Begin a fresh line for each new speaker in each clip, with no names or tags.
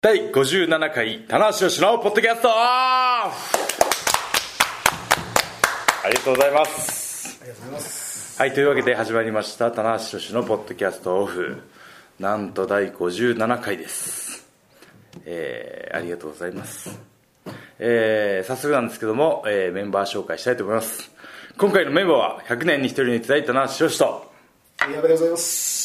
第57回棚橋宏のポッドキャストオフありがとうございます
ありがとうございます
はいというわけで始まりました棚橋宏のポッドキャストオフなんと第57回ですえー、ありがとうございますえー、早速なんですけども、えー、メンバー紹介したいと思います今回のメンバーは100年に1人にいただいた棚橋宏と
矢部でございます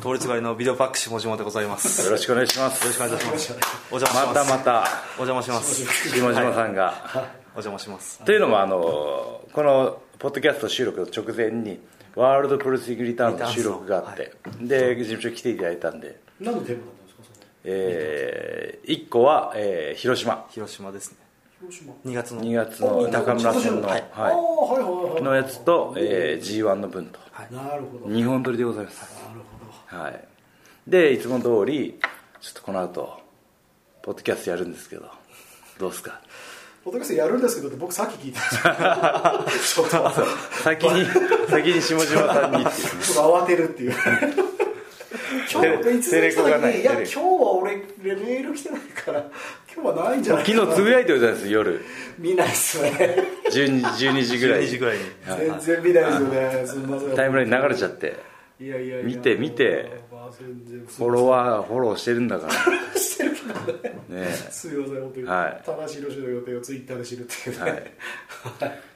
倒立狩りのビデオパックしもじもでございます
よろしくお願いします
よろしくお願いしますお邪
ま
魔しま
た
す
また
お邪魔します
下島さんが、
お邪魔します
というのもあのこのポッドキャスト収録の直前にワールドプロレスリングリターンの収録があって、で事務所来ていただいたんで、
何のテーマだったんですかそれ
え1個は、えー広島
広島ですね
広島
2月の
2月の中村戦の,、
は
はいい
あーはいはいはい
のやつと、え g 1の分と
なるほどなる
2本撮りでございます、
ほ
はい、でいつも通りちょっとこの後ポッドキャストやるんですけどどうですか
どポッドキャストやるんですけどって僕さっき聞いてましたちょっとちょっ
先 に先に下島さんにって いう
と慌てるっていう今日
テレ
いつ来た
テレコがな
時
い
にい
テ
や今
レ
日は俺レメール来てないから今日はないんじゃないかな
昨日つぶやいておいたんです夜
見ないっすね
12, 12時ぐらい
12時ぐらいに
全然見ないですよねすみません
タイムラインに流れちゃって
いやいやいや
見て見て
まあ全然
フォロワーフォローしてるんだから
してるけどね
ね
すいません本当に、
はい
田中宏の予定をツイッターで知るっていうね、
はい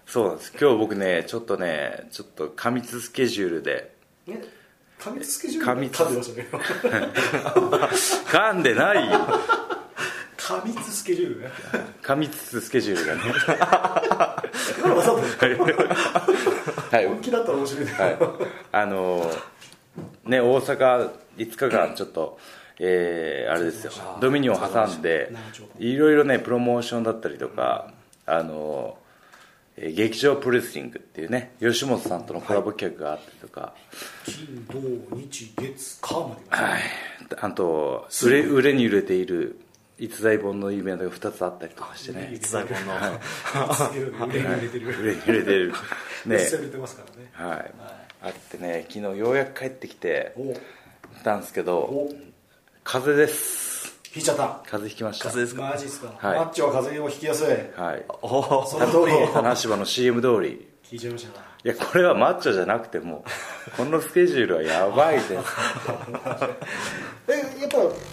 そうなんです今日僕ねちょっとねちょっと過密スケジュールで
ね過密スケジュール
過密
噛んでましたね
噛んでないよ
過密スケジュールね
過密スケジュールがね
今のわざと
はい、
本気だったら面白いね、
はい、あのーね大阪5日間ちょっと、えーあれですよドミニオン挟んでいろいろねプロモーションだったりとかあのーえー劇場プロレスリングっていうね吉本さんとのコラボ企画があったりとか、
金土日月火まで
はい、あと売れ売れに売れている逸材本のイベントが2つあったりとかしてね
逸材本の
すげえ売れに売れてる
売れに売れて るね
実際売れてますからね
はいあってね昨日ようやく帰ってきて
お
来たんですけど
お
風邪です
引いちゃった
風邪ひきました
風ですか
マジっすか、
はい
マッチョは風邪をひきやすい
はい
おお
その通り
花芝の CM 通り
聞いちゃいましたない
やこれはマッチョじゃなくてもこのスケジュールはやば いです
えやっ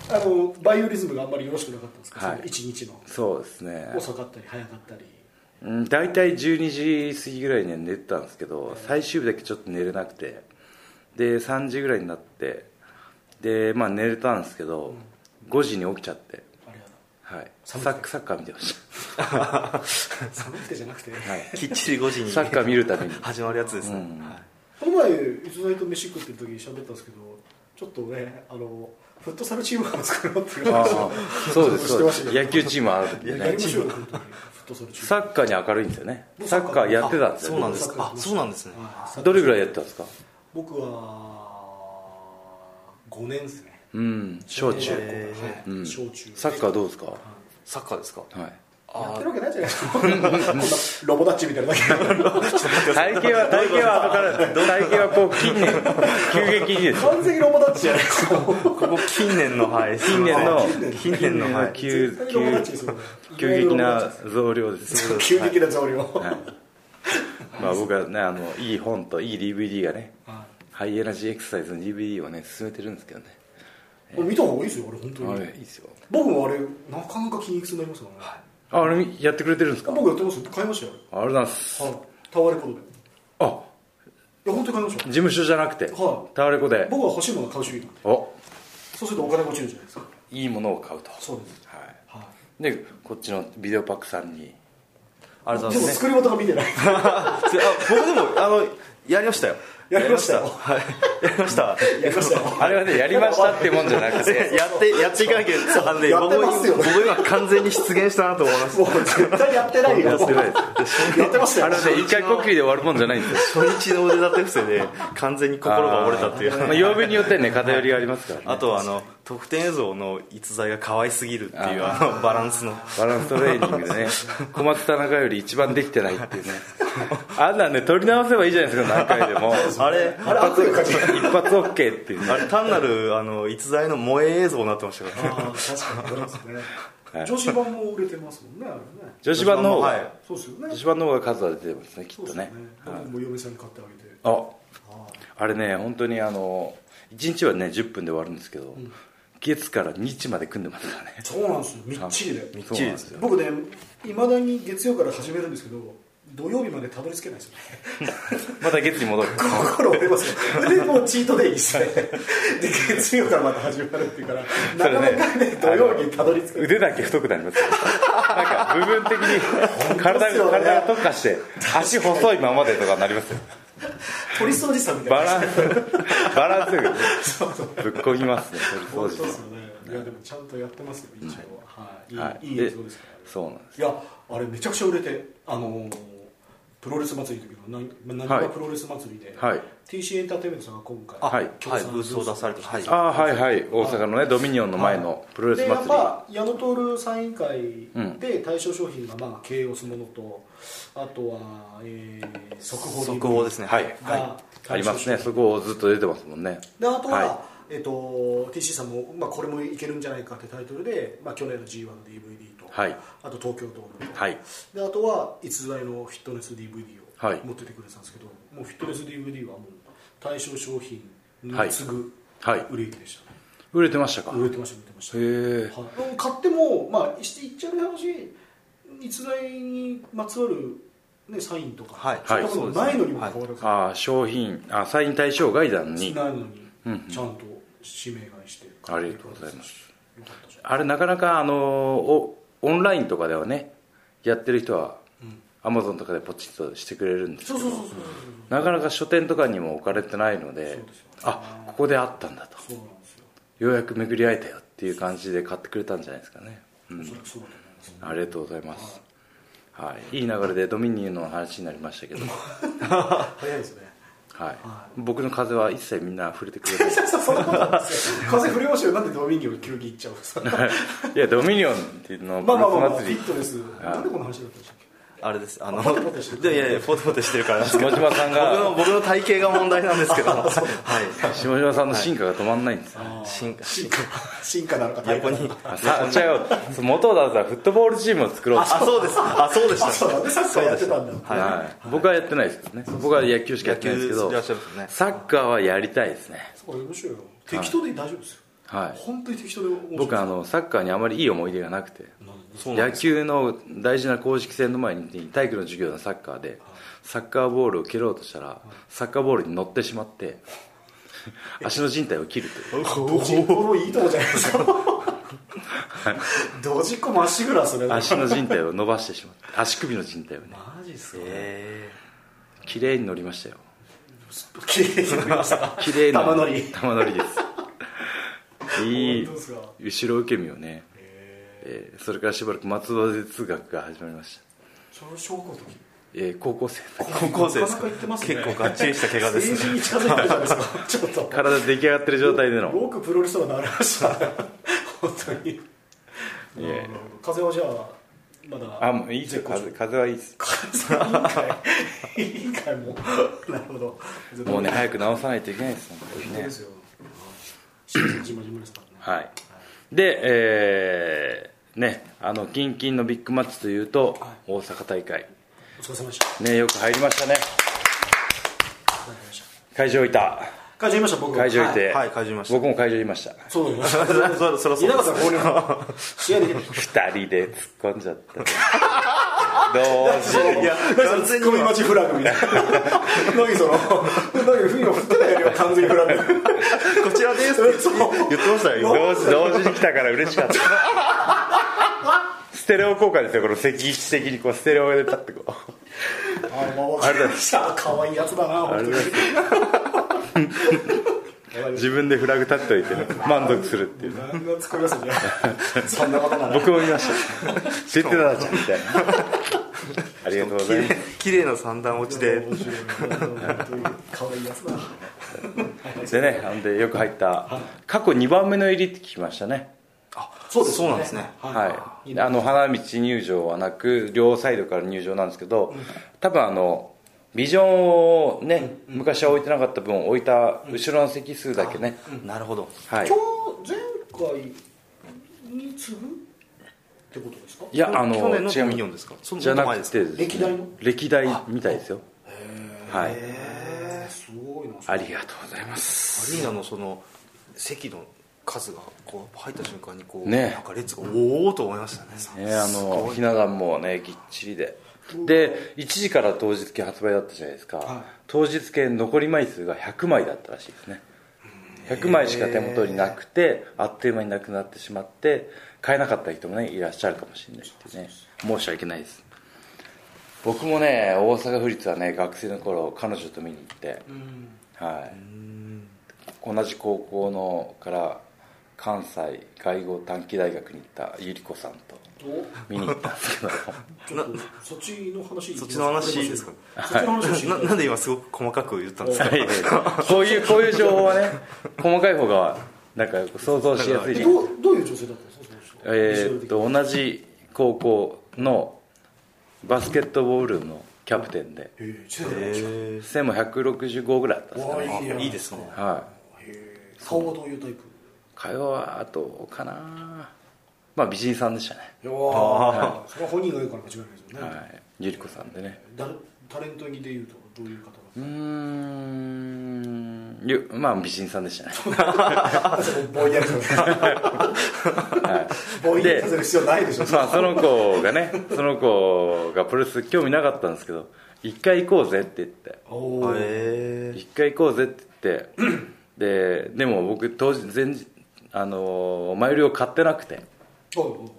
ぱあのバイオリズムがあんまりよろしくなかったんですか、
はい
その一日の
そうですね
遅かったり早かったり
うん大体12時過ぎぐらいには寝てたんですけど最終日だけちょっと寝れなくてで3時ぐらいになってでまあ寝れたんですけど5時に起きちゃって
あれやな
はいサ
寒
ッカーサッカー見てまし
寒くてじゃなくて、
た、はい、
きっちり5時に
サッカー見るために
始まるやつですね
うん
はい
この前逸材と飯食ってる時に喋ったんですけどちょっとねあのフットサルチームを作ろうっていう
あ
話を
あそうです
ち
そ
ょ
う
っと
で
して
す
ました
野球チームある時
やり
ね
ましょうよ本当にフットサルチーム
サッカーに明るいんですよねサッカーやってたんです
そう
よ
なん
ね
ですあそうなんですね
はい
どれぐらいやってたんですか
僕は5年ですね
うん小中、
えー
うん
小中
サッカー
ど
どうですかは
サッカーですか
い
あ
や っ
ー
てるわけないじゃないですかこんなロボダッチみたいなだけ
体型は体型は後から体型はこう近年急激にです
完全にロボダッチじゃないですか
ここ近年のはい
近年の
近年のはい
急
絶対ロボダッチです
急
よ
急激な増量です
そう
急激な増量
はいまあ僕はねあのいい本といい DVD がねハイエナジーエクササイズの DVD をね進めてるんですけどね
これ見た方がいいですよあれ本当
あ
に
れいいですよ
僕もあれなかなか筋肉痛になりますからね、
ああれやってくれてるんですかあり
僕やってますよ買いましたよ
がとうございます
あれはいタワレコでい
あ
や本当に買いました
事
よ
務所じゃなくて
は
タワレコで
僕は欲しいものを買う主義なんで
お
そうするとお金が落ちるじゃないですか
いいものを買うと
そうです
はい
は
でこっちのビデオパックさんに
ありがとう
いでも
ございます
作り事が見てない
あ僕でもあのやりましたよ
やりましたよ
はいやりました
やりましたよ
あれはねやりましたってもんじゃな くて
やってやっていかなきゃあのね
やってますよ
僕僕今完全に失言したなと思いまし
もう絶対やってないよや
やってないです
ってましたよ
あれはね一回こっきりで終わるもんじゃないんですよ
た初日の腕立て伏せで完全に心が折れたっていう
まあ曜日によってね偏りがありますからね
あとはあの得点映像の逸材が可愛すぎるっていう
あ
あのバランスの
バランストレーニングでね小松田中より一番できてないっていうねあんなんね取り直せばいいじゃないですか何回でも
あれ
一発一発 OK っていうね
あれ単なるあの逸材の萌え映像になってましたからね
ああ確かにそうです
は
ね
い
女子版も売れてますもんねあれね
女子版の方が、
はい
そうですよね
女子版の方が数は出てますねき
そ
っ
う
と
ですよ
ね
ね僕も嫁さんに買ってあげて
あ
あ
あれね本当にあの1日はね10分で終わるんですけど、月から日まで組んでますからね
あそうなんですよみっちりで
っちりです
そうなん
僕ねいまだに月曜から始めるんですけど土曜日までたどり着けないですよね
また月に戻る
心折れますよでもうチートデイですねで月曜からまた始まるっていうから
そ
な
れ
か
ね
なかね土曜日にたどり着けない
腕だけ太くなりますよなんか部分的に体が体が特化して足細いままでとかなりますよ
鳥掃除さんみた
バ
いな
ランスバランス
そうそう
がぶっこみますね
本
取り
当
掃除
ですよねいやでもちゃんとやってますよ一応はい、、
はい
いい
で
映像ですから
そうなんです
いやあれめちゃくちゃ売れてあのープロレス祭りの時のな何
はい
がプロレス祭りで、
はい
TC エンターテインメントさんが今回
あはい
協賛
はいブースを出されてました
はい
ああはいはい大阪のねドミニオンの前のプロレス
で
祭
やっ
り、
ぱ矢野徹さん委員会で対象商品がまあ KOS ものとあとは、えー、速報
速報ですねはい
はい
が
ありますねそこをずっと出てますもんね
であとは、
は
えっと TC さんも、まあ、これもいけるんじゃないかってタイトルで、まあ、去年の G1 の DVD と、
はい
あと東京ドームと、
はい
であとは逸材のフィットネス DVD
はい
を持っててくれてたんですけど、もうフィットネス DVD はもう対象商品に
はい
次ぐ
はい
売れ行きでしたね、
売れてましたか
売れてました売れてました、
へえ
はい、買ってもまあい言っちゃう話逸材にまつわる、ね、サインとか、
はい
そういったものないのにも
はい
かかわらず、
ああ商品あサイン対象外談に
ないのにちゃんと指名買いして
ありがとうございます
よかったじゃん
あれなかなかあのおオンラインとかではねやってる人はアマゾンとかでポチッとしてくれるんです
そう
け
そうそ
ど
うそうそう
なかなか書店とかにも置かれてないので
そうですよね
あここであったんだと
そうなんですよ
ようやく巡り会えたよっていう感じで買ってくれたんじゃないですかね、う
お
ん
そ、らくそうだと思います
ありがとうございます、はい、いい流れでドミニオンの話になりましたけ ど、
早いですね
はい
は、
僕の風は一切みんな触れてくれない
そう そんなことなんですよ風不良臭なんでドミニオン急に行っちゃうんですか
いやドミニオンっていうの
まあまあまあ、まあ、
プ
フ
ロレ
ィ
ス
ットネスなんでこの話だったんでしたっ
あれですあの
ポテポテしてる
いやいやいやポテポテしてるから
下島さん
僕
が
の僕の体型が問題なんですけどはい
下島さんの進化が止まんないんですよ、
進化進化
け進化なのか
横に
あさ違う元田さんフットボールチームを作ろうと
あそうですあそうでした
そうなんでサッカーやってたんだ
はい
はい、僕はやってないですけどね僕は野球しかやってないですけど
野球やってますね
サッカーはやりたいですね
そこやりましょうよ適当で大丈夫ですよ
はい
本当に適当で面白い
僕あのサッカーにあまりいい思い出がなくて
そうなん
野球の大事な公式戦の前に体育の授業のサッカーでサッカーボールを蹴ろうとしたらサッカーボールに乗ってしまって足の靭帯を切るという
ドジっ子もいいとこじゃないですかドジっ子まっしぐらそれ
足の靭帯を伸ばしてしまって足首の靭帯をね
マジっすか
え
綺麗に乗りましたよ
綺麗になりました か
綺麗な
玉乗り
玉乗りですいい
本当ですか
後ろ受け身をね、
へ
えーそれからしばらく松葉哲学が始まりました、
ーそれ小学校の時
えー高校生の時
ー高校生です
なかなか行ってますね
結構がっちりした怪我ですね
成人に近づいてるじゃない ですかちょっと
体出来上がってる状態での
よくプロレスラーになりましたね本当に
いえ
なるほど風はじゃあまだ
あ もういいですよ
絶好調
風風はいいです
風はい いんかいいいんかいもうなるほど
もうね早く治さないといけないです本当に
本当
ね
ですよシーズンじまじまですからね
はいでえーねあの近々のビッグマッチというと、
は
大阪大会
お疲れ様でした
ねよく入りましたね
お疲れ様でした
会場いた
会場いました僕
会場い
は
て、
はいはい会場いました
僕も会場いました
そうだよ
そらそらそら
稲葉さ
そ
ん
う
こ
です
こにも試合できない
二人で突っ込んじゃ った。どうしよ
いや完
ツ
全
ッ
に
コミ待ちフラグみたいな何その何フィンを振ってたよりは完全にフラグ
こちらですって
そう
言ってました
う。
よ
同時同時に来たから嬉しかった。ステレオ効果ですよ、この席位置的にこうステレオで立ってこう。
あまあ分かりました可愛いやつだな本当に
自分でフラグ立っておいて満足するっていう。
何のツッコミ合わせじゃんそんなことなら
僕も見ました。出てたじゃんみたいな。ありがとうございます。
綺麗な三段落ちで
面白い本当に可愛いやつだ
でねほんでよく入った過去2番目の入りって聞きましたね
あそうですそうなんですね
はい、あの花道入場はなく両サイドから入場なんですけど、多分あのビジョンをね、昔は置いてなかった分置いた後ろの席数だけね、
なるほど
はい
今日前回に次ぐってことですか
いやあの
去年の
違う
ミニオンですかその
じゃな
前
く
です
て
か
ですね
歴代の
歴代みたいですよはい
えー、すごいな
ありがとうございます
アリーナのその席の数がこう入った瞬間にこう、
ね
なんか列がおおと思いましたね
ねあのひな壇もねぎっちりでで1時から当日券発売だったじゃないですか、
はい
当日券残り枚数が100枚だったらしいですね100枚しか手元になくてあっという間になくなってしまって買えなかった人もねいらっしゃるかもしれないってね申し訳ないです僕もね大阪府立はね学生の頃彼女と見に行って、
うん
はい同じ高校のから関西外語短期大学に行ったゆり子さんと
お
見に行ったんですけど
ちょっとそっちの話
そっちの話いいですか
そっちの話をし
な
ない
なんで今すごく細かく言ったんですか
はいはいこういうこういう情報はね細かい方がなんか想像しやすい
どうどういう女性だったんですかその人
えーっと同じ高校のバスケットボールのキャプテンで
えー知らなかった
へ
背も165ぐらいあったんですかね
わあ
ーいいですね
はい
へー顔はどういうタイプ
会話はどうかなまあ美人さんでしたね
いやーそれは本人が言うから間違いないですよね、
はいゆり子さんでね
だタレントにでいうとどういう方だ
うーんゆまあ美人さんでしたね
ぼんやりとぼんやりさせる必要ないでしょ
まあその子がねその子がプロレス興味なかったんですけど一回行こうぜって言って
お
ー
ー
へー
一回行こうぜって言ってででも僕当時前日あのー前売りを買ってなくて
おうおう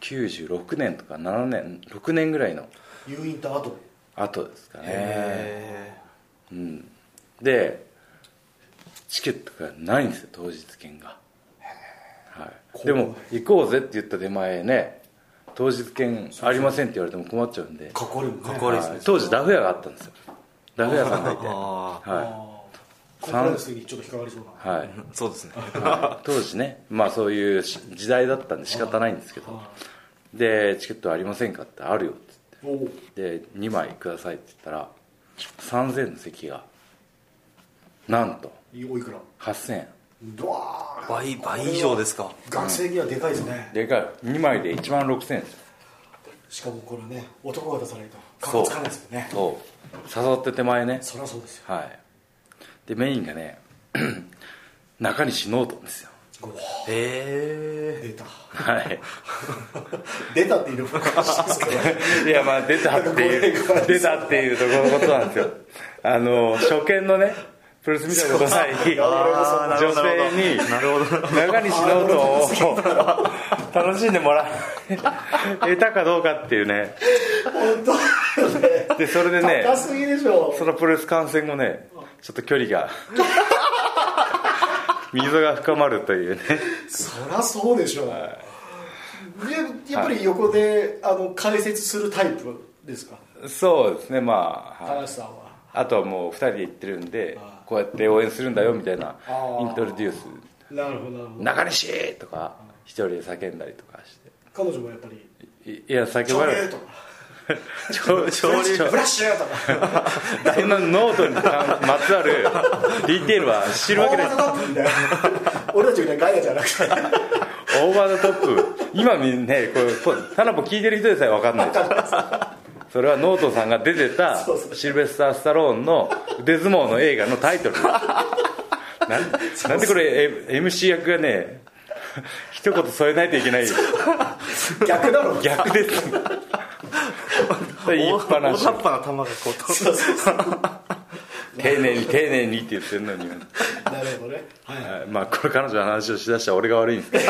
1996年とか7年6年ぐらいの
おう入院と後
後ですかね
へ
うんでチケットがないんですよ当日券が、はい、でも行こうぜって言った出前ね当日券ありませんって言われても困っちゃうんで
かっこ悪いもんね
かっこ悪いですね
はい当時ダフ屋があったんですよダフ屋さんがいて
あ
は
あーコンプライアンスにちょっと引っかかりそう
い、はい、
あそうですね
はい当時ねまあそういうし時代だったんで仕方ないんですけ
な
ど
は
でチケットありませんかってあるよって
いおう
で2枚くださいって言ったら3000の席がなんと
おいくら
8000円
ドワー
倍倍以上ですか
学生にはでかいですね
でかい2枚で1万6000円ですよ
しかもこれね男が出さないとかっこつかないですもんね
そう誘って手前ね
そりゃそうですよ
はいでメインがね 中西ノートンですよ
うわ
へえ
出た
はい
出たっていうの もおかしいですけどね
いやまあ出たって いう出たっていうところのことなんですよあの初見のねプロレス見たことない
あ
女
ーなるほど
性に
なるほど
中西ノー トを楽しんでもらえたかどうかっていうね
本当だよね
でそれでね
高すぎでしょ
そのプロレス観戦後ねちょっと距離 が溝が深まるというね
そりゃそうでしょ、でやっぱり横で、あの解説するタイプですか
そうですねまあ、
高
はい
橋さんは
あとはもう2人で行ってるんで
あ
こうやって応援するんだよみたいな
あ
イントロデュース
なるほどなる
「
ほど
中西!」とか一人で叫んだりとかし
彼女もやっぱり
ていいや
「
叫
潮
ばれ
流」
る
とか
超超
「フラッシュ」とか
そんなノートにまつわるディテールは知
「オ
るわけ
ー
ない
バーザトップ」みたいな俺たちみたいなガイアじゃなくて
オーバーザトップ今みんなねこれこうタナポ聞いてる人でさえ分かんないですそれはノートさんが出てた
そうそう
シルベスター・スタローンの腕相撲の映画のタイトルなんなんでこれえ MC 役がね一言添えないといけない
逆だろ
逆です言いっぱなし
大大雑把な球がこう飛んで
そうそうそう
丁寧に丁寧にって言ってるのに
なるほどねはい
はいまあこれ彼女の話をしだしたら俺が悪いんですけどい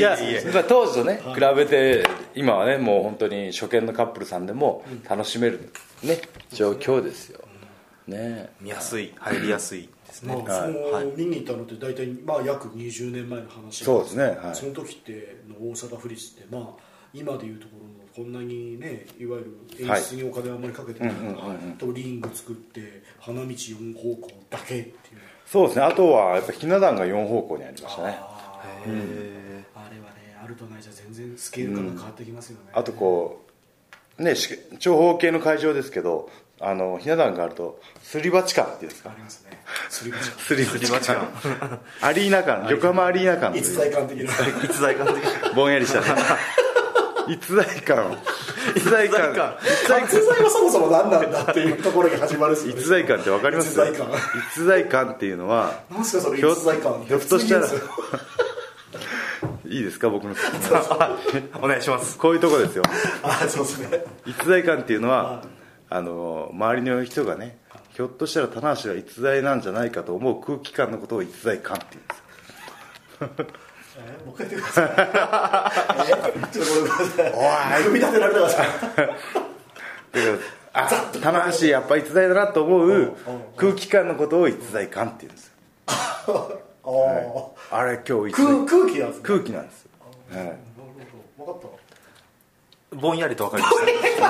や
いやい
まあ当時とね比べて今はねもう本当に初見のカップルさんでも楽しめるね状況ですよね
見やすい入りやすいです
ま
ね
あ、その見に行ったのって大体、まあ、約20年前の話なん
そうですねはい
その時っての大阪府立って、まあ、今でいうところのこんなにねいわゆる演出にお金をあんまりかけてないから、
はいうんうんうんうん
とリング作って花道4方向だけっていう
そうですねあとはやっぱひな壇が4方向にありましたね
あ
へ
ー
え
あれはねあるとないじゃ全然スケール感が変わってきますよね、
あとこうねし長方形の会場ですけどあのひな壇があるとすり鉢感っていうんです
あ
か
りますねすり鉢
すり鉢感アリーナ感横浜アリーナ感という
逸材感的な
逸材感的
ぼんやりしたね 逸材感 逸材
逸材感
感
逸材はそもそも何なんだっていうところに始まるし
逸材感って分かります
逸材感
逸材感っていうのは
何すかそれ
ひょ
逸材感
ひょっとしたら
普通に
いいですか僕の説明
お願いします
こういうとこですよ
あそうですね
逸材感っていうのはあの周りの人がねひょっとしたら棚橋は逸材なんじゃないかと思う空気感のことを逸材感っていうんですよ
えもう一回言ってくださいえちょっとごめんなさい組み立てられたからさ
だからあ棚橋やっぱ逸材だなと思う空気感のことを逸材感っていうんですよ
あー
あれ今日逸
空
材
空気なんですね
空気なんですよはい
なるほど分かっ
ぼんやりと分かりました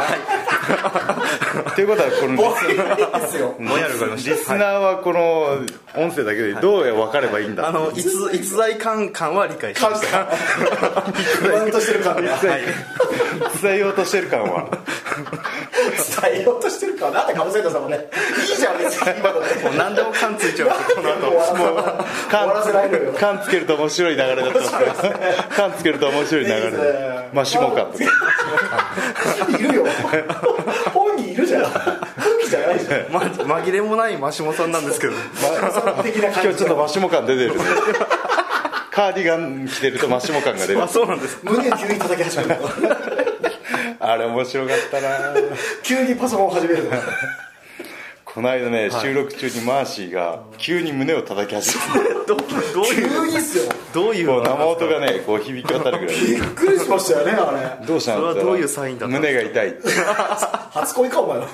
ということはこの
たわいいです よ
ぼんやりと分かりま
リ
し
ス
た
リスナーはこの音声だけでどう分かればいいんだ
あ
っていう
の逸逸材感感は理解しました
不安としてる感が
逸材逸材をとしてる感は
伝えようとしてるかなってかぶせたさんもねいいじゃん別に今のね
もう何でも感ついちゃうこの
もう
後
終わらせ終わらせないのよ
感つけると面白い流れだった感つけると面白い流
いい
れ
ですね
まあ下かとか
いるよ本人いるじゃん空気じゃないじゃん
ま紛れもないマシモさんなんですけど
的な
今
感
日
じ
ちょっと真下感出てるねカーディガン着てると真下感が出る
あそうなんです
胸を急に叩き始めるの
あれ面白かったな
急にパソコンを始めるの
この間ね収録中にマーシーが急に胸を叩き始めて
どうどういう
急にっすよ
どういう
こう生音がねこう響き渡るぐらい
びっくりしましたよねあれ
どうしたの
それはどういうサインだったん
胸が痛い
初恋かお前は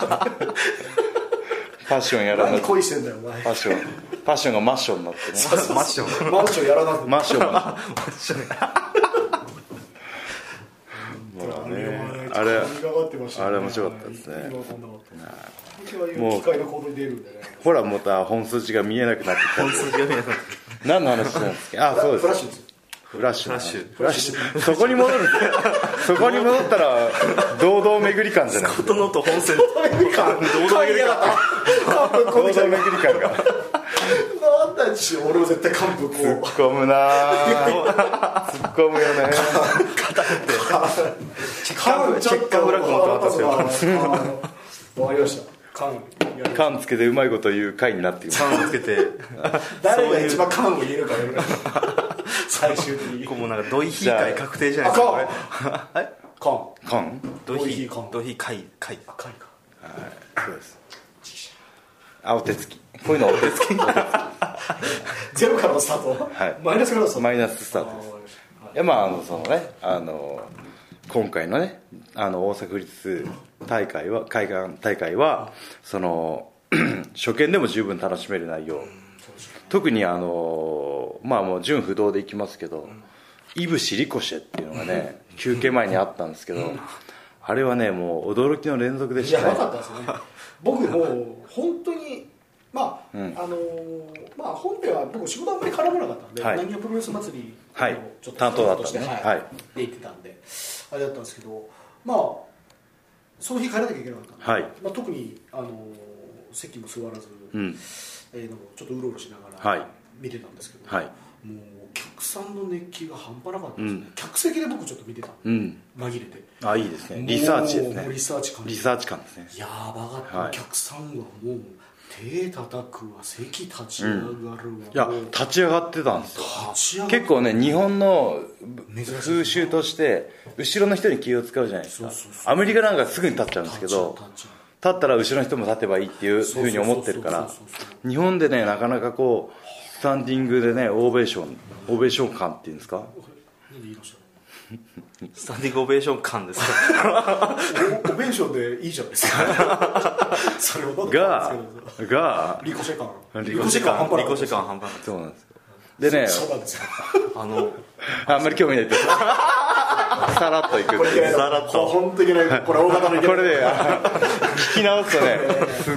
パッションやらな
何
くて
恋してんだよお前
パッションパッションがマッションになってね
マッション
マンションやらなくて
マッションがあれ
がかってましたね
あれ面白かったですね
意味わかんなかったこれは
もう
機械の行動に出るんでね
ほらまた本筋が見えなくなってきた
本筋が見えない
何の話なんですかあそうです
フラッシュですよ
フラッシュ
フラッシュ
フラッシュそこに戻るそこに戻ったら堂々巡り感じゃない
ことのと本線
感動嫌だった感
堂
こう
々
みたい
巡
な
り感が
なんだち俺も絶対幹部こ
突っ
う
込むなあ突っ込むよね
缶
チェッカーフラッグ持って渡すよ
わかりました缶やる
缶つけてうまいこと言う回になっている
3をつけて
誰が一番缶を言えるかやるから最終的に
こうもうなんかドイヒー会確定じゃない
あ
ですかこ
缶
れ
缶
缶
ドイヒ
ドイヒー缶
ードイヒー会会
赤いか
そうですあお手つきこういうのお手つき
ゼロからのスタート、
はい
マイナスからのスタート
マイナススタートですいやまああのそのねあの今回のねあの大阪府立大会は海岸大会はその 初見でも十分楽しめる内容特にあのまあもう純不動でいきますけどいぶしリコシェっていうのがね休憩前にあったんですけどあれはねもう驚きの連続でし
やば
た
か
ね
ったですね僕もう本当にまあ、
うん
あのーまあ本編は僕仕事あんまり絡まなかったんで、
はい
南京プロレス祭りの
はい
ちょっと
担当だったんで
して、
ね
はい
はい
で行ってたんであれだったんですけどまあその日帰らなきゃいけなかったんで、
はい
まあ、特に、あのー席も座らず、
うん
えーのちょっとうろうろしなが
はい
ら見てたんですけど、
はい
もうお客さんの熱気が半端なかったですね、
うん
客席で僕ちょっと見てた
うん
紛れて
あいいですねリサーチです
もう
ね
リサーチ感
リサーチ感ですね
やばかった、
はい
お客さんはもう手叩くわ席立ち上がるわ、
いや
もう立
立ち上がってたんですよ
ち上がる
結構ね日本の
珍しい
風習として後ろの人に気を使うじゃないですか
そうそうそう
アメリカなんかすぐに立っちゃうんですけど
立ち上がる
立ったら後ろの人も立てばいいっていうふうに思ってるから
そうそうそうそう
日本でねなかなかこうスタンディングでねオーベーションオーベーション感っていうんですか
これ何で言いまし
スタンディングオベーション感です
たおお弁償でいいじゃないですか それを
がが
リコシェ感
リコ
リ
シ
ェ感半端な
コ
か
シ
っ
ェ感半端
そうなんですよでね
たそうなんですよ
あの
あんまり興味ないです さらっといく
これいけない
さらっ
ことれ本当いけないこれ大型のいけ
こ
ない
れね、あの聞き直すと ね、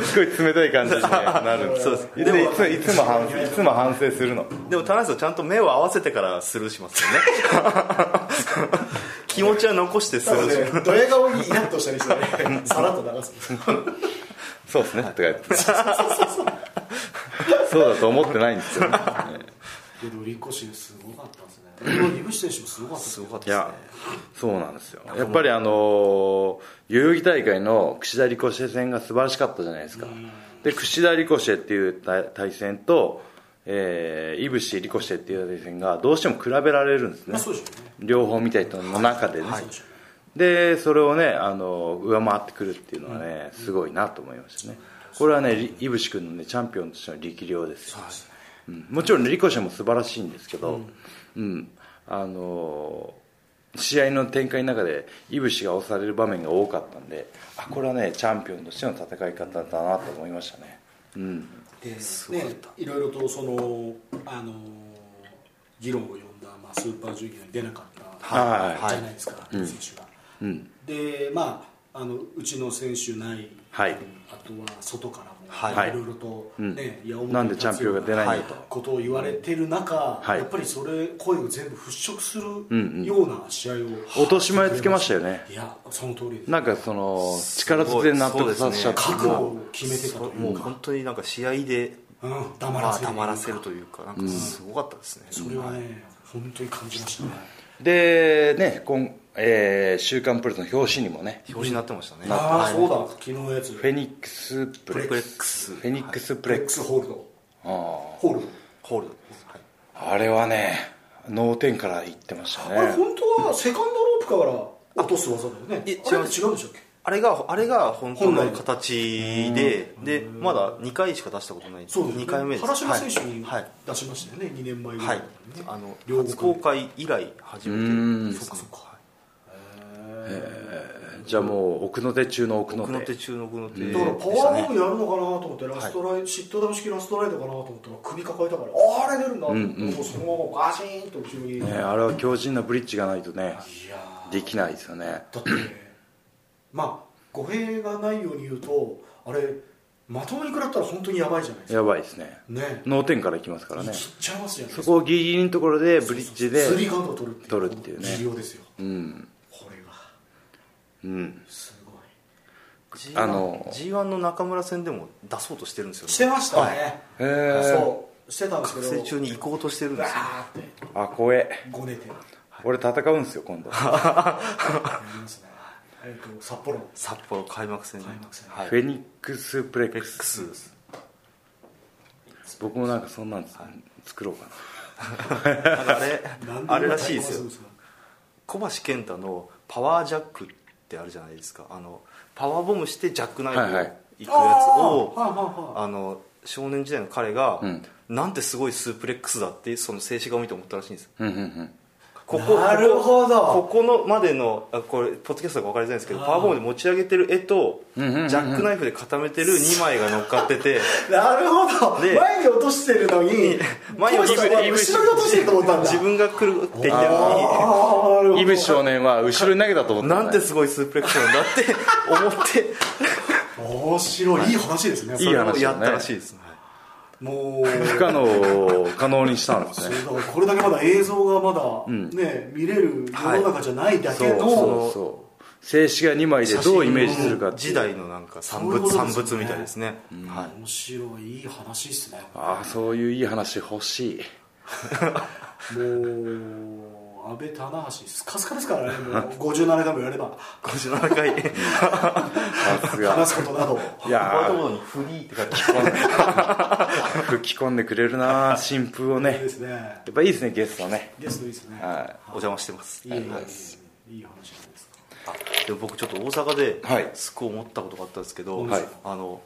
すっごい冷たい感じにねなるんです
そうです
でいついつも反省いつも反省するの。
でも田中さんちゃんと目を合わせてからスルーします よね気持ちは残してス
な
ル
の
ーし
で
ます
ドヤ顔にイラッとしたりしてねさらっと流す
そうですね。とか言って。そうだと思ってないんですよ、ね。
でもリコシンすごかったですね井口選手もすごかったですす
ご
ね
かっ
い
たですね
や、そうなんですよ。やっぱりあの代々木大会の櫛田リコシェ戦が素晴らしかったじゃないですか。で、櫛田リコシェっていう対対戦と、えー、イブシリコシェっていう対戦がどうしても比べられるんです
ま
ね
あ。そうでしょうね
両方見た人の中でね。
はいそうでしょうね
でそれをねあの上回ってくるっていうのはね、すごいなと思いましたねこれはねり井渕君のねチャンピオンとしての力量ですようんもちろんリコシェも素晴らしいんですけど、うんあのー試合の展開の中で井渕が押される場面が多かったんであこれはねチャンピオンとしての戦い方だなと思いましたね、うん、
で、ね、いろいろとその、あのー議論を呼んだ、まあ、スーパージュニアに出なかった、
はい
じゃないですか、選手が。
うん、
で、まあ、あのうちの選手内、
はい
あとは外からも、
はい
い、ろいろと、
うん
ねいや表に
なんでチャンピオンが出ないのと
はいことを言われてる中、
はい
やっぱりそれ、声を全部払拭す
んうん
るような試合を、
落とし前つけましたよね
いや、その通りです。
なんかその力ずくで納得させちゃった
すごいそうですね覚悟を決めてたというか
もう本当になんか試合で
うん、
ま
黙ら
あ
せる,、
黙らせるというかなんかすごかったですね、
それはね、本当に感じましたね。
でね今、えー週刊プレスの表紙にもね
表紙になってましたね
ああ、
はい
そうだ、昨日のやつ。
フェニックスプレッ
プレ
ク
ックス
スフェニックスプ
プ
レ
レ
ック
ック
ス、
スホールド
あ
ホールド
ホールドです、はい
ああれはね脳天から言ってました
あれ
ね
本当はセカンドロープから落とす技だよねあれ
い
って
違
違うん
いま
ですしょうけ
あれがあれが本当の形ででまだ2回しか出したことない
そうです
2回目です
原島選手に
はい、はい
出しましたよね2年前ぐら
はいい
にね
あの
両国
初公開以来初
う
め
ん
てです
そ
ね
っかそっか
はい
じゃあもう奥の手中の奥の
奥の
手
手中の奥の手
だからパ
でした
ワー
ね
ムやるのかなと思ってラストライ、シットダウン式ラストライドかなと思ったら首抱えたからああれ出るんだと思って、もうそのままガシーンと後ろに、
ねあれは強靭なブリッジがないとね
いやー
できないですよね
だってまあ語弊がないように言うとあれまともに食らったら本当にやばいじゃないですか
やばいですね
ね
脳天からいきますからね
切っちゃいますじゃないで
そ
すか
こをギリギリのところでブリッジで
スリーカウントを取るっていう
取るっていうね
重要ですよ
うん
これが
うん
すごい
G1,
あの
G1 の中村戦でも出そうとしてるんですよね
してましたね、
へえ
そうしてたんですけ
学
ど
生中に行こうとしてるん
バ
ですよ
ーって
あ怖え
ごねてあ
俺戦うんですよ今度
りますねえっと札幌
札幌開幕戦
開幕戦
はい
フェニックスプレッ
レ
ク
ッ
ス
クスです
僕もなんかそんなんつ作ろうか
なんかあれ
なんで
あれらしいです
今
よ
対抗るん
小橋健太のパワージャックってあるじゃないですかあのパワーボムしてジャックナイフ
はいはい
いくやつ
か
を、
あーはいはいはい
あの少年時代の彼が、
うん
なんてすごいスープレックスだってその静止画を見て思ったらしいんです
なうんうんうん
ここ
なるほど
こここのまでのあこれポッドキャストが分かりづらいんですけど
あー
パワーボムで持ち上げてる絵とジ
うんうんうんうん
ャックナイフで固めてる2枚が乗っかってて
なるほど
で
前に落としてるのに
前を
落として後ろに落としてると思ったんだ
自分が来るって言ってるの
ああなるほど
イブシ少年は後ろに投げたと思っ
に
て
なんて
す
すごいスープレックスなんだって思って
面白いいい話ですね
いい話
それをやったらしいですね
もう
不可能を可能にしたんです
そう
ね
だからこれだけまだ映像がまだ、ね見れる世の中じゃないだ
そう
けの、
そうそう静止画2枚でどうイメージするかってい
時
う
代のなんか産
そういう
物
ことで
産
すよね
物みたいですねはい
面白いいい話ですね
ああそういういい話欲しい
もう安倍棚橋スカスカですからねもう57回もやれば
57回
さすが
話すことなど
い
ワー
や
ドボードに「フリー」って書い
ー
て
吹き込んでくれるな新風を
いい
ね
ですね
やっぱいいですねゲストね
ゲストいいですね
は
お邪魔してます
いいいいいいい話じゃないですか
あでも僕ちょっと大阪で
はい
すごい思ったことがあったんですけど、
はい
あの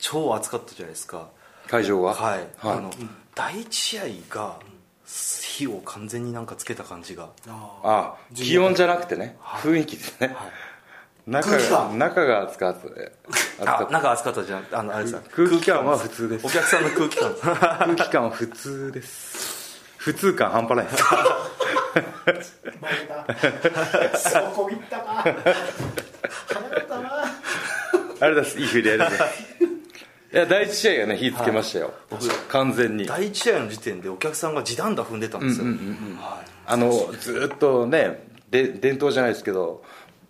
超暑かったじゃないですか
い会場が
はい、あの
は
第一試合が火を完全になんかつけた感じが、
ああ
ああ気温じゃなくてね雰囲気ですね
はい、
中
空気
が
感
中が熱かったで熱か
あ
った
なんか暑かったじゃんあのあれです
空気感は普通です
お客さんの空気感
空気感は普通です普通感半端ないです
たそこ行った か早かったな
あれだすいい振りありがとうございますいや第一試合がね火つけましたよ、完全に
第一試合の時点でお客さんが地団打踏んでたんですよ、はい
あのずーっとねで伝統じゃないですけど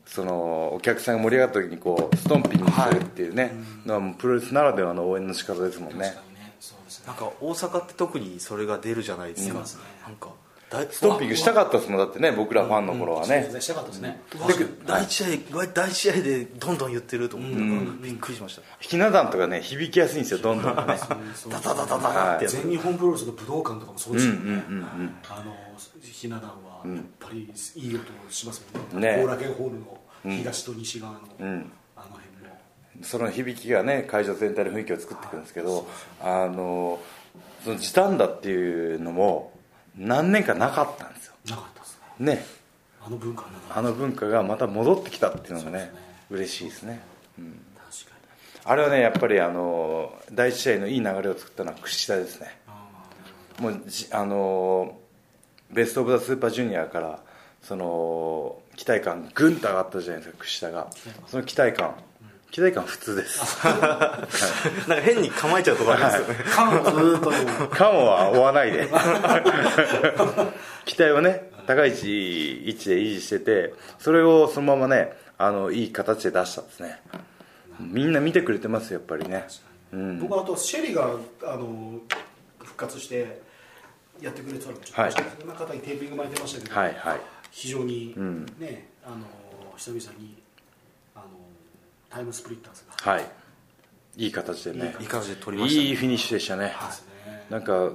そのお客さんが盛り上がった時にこうストンピングするっていうね、のはもうプロレスならではの応援の仕方ですもんね
そうです
なんか大阪って特にそれが出るじゃないですか、なんか大
ストンピングしたかったですもんだってね僕らファンの頃はね、
ねしたかったですね
うわ第一試合、第一試合でどんどん言ってると思ってたからびっくりしました、
ひな壇とかね響きやすいんですよどんどん ね
ダダダダダってやつ
全日本プロレスの武道館とかもそうですよね、あのひな壇はやっぱりいい音しますもんね
ね
後楽園ホールの東と西側の、あの辺も
その響きがね会場全体の雰囲気を作っていくんですけどあのその時短だっていうのも何年かなかったんですよ
なかったですね
ね
あの文化はなかった
あの文化がまた戻ってきたっていうのがね嬉しいですね
確かに
あれはねやっぱりあの第一試合のいい流れを作ったのは櫛田ですねもうじあのベスト・オブ・ザ・スーパージュニアからその期待感ぐんと上がったじゃないですか櫛田がその期待感期待感普通です
なんか変に構えちゃうとこありますよね、
感をずーっとでも
感は追わないで 期待をね高い位置位置で維持しててそれをそのままねあのいい形で出したんですねみんな見てくれてますよやっぱりねうん
僕はあとシェリーがあの復活してやってくれてたのもちょっと、
はい
そんな方にテーピング巻いてましたけど、
はいはい
非常に、
ん
ねあの久々にあのタイムスプリッターズが、
はいいい形でね
いい感じで取りましたね
いいフィニッシュでしたね
ですね
なんか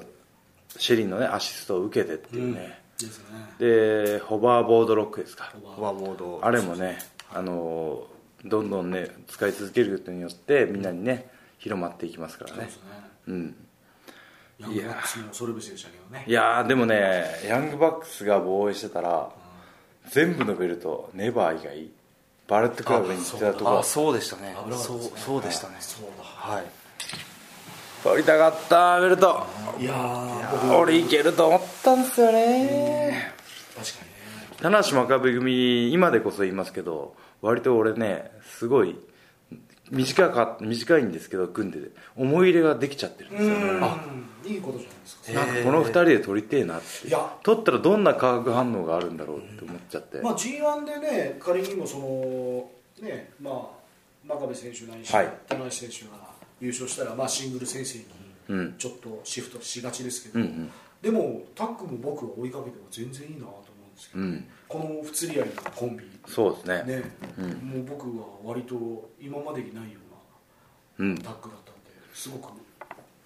シェリンのねアシストを受けてっていうね、
ですね
でホバーボードロックですか
フォアボード
あれもねあのどんどんね使い続けることによってみんなにね広まっていきますから
そう
ね
ですね
うん
ヤングバックスも恐るべしでしたけどね
いやーでもねヤングバックスが防衛してたら全部のベルトネバー以外バレットクラブに行ってたとこ
あそうでした
危
ね
なかったで
そう
すね
そうでしたね
そうだ
はい、
取りたかったベルト
いやー僕
俺いけると思ったんですよね
確かにね
棚橋真壁組今でこそ言いますけど割と俺ねすごい短か短いんですけど組んでて思い入れができちゃってるんですよね
うんいいことじゃないですか、
なんかこの2人で撮りてえなって
いや
撮ったらどんな化学反応があるんだろうって思っちゃって、
まあ、G1 でね仮にもそのねまあ真壁選手ないし、
はい
田中選手が優勝したら、まあ、シングル先生
う
に
ん
ちょっとシフトしがちですけど、
うんうん
でもタッグも僕は追いかけても全然いいなと思うんですけ
う
ど、
ん
この不釣り合いのコンビ
そうですね
ね、もう僕は割と今までにないよ
う
うんなタッグだったんですごく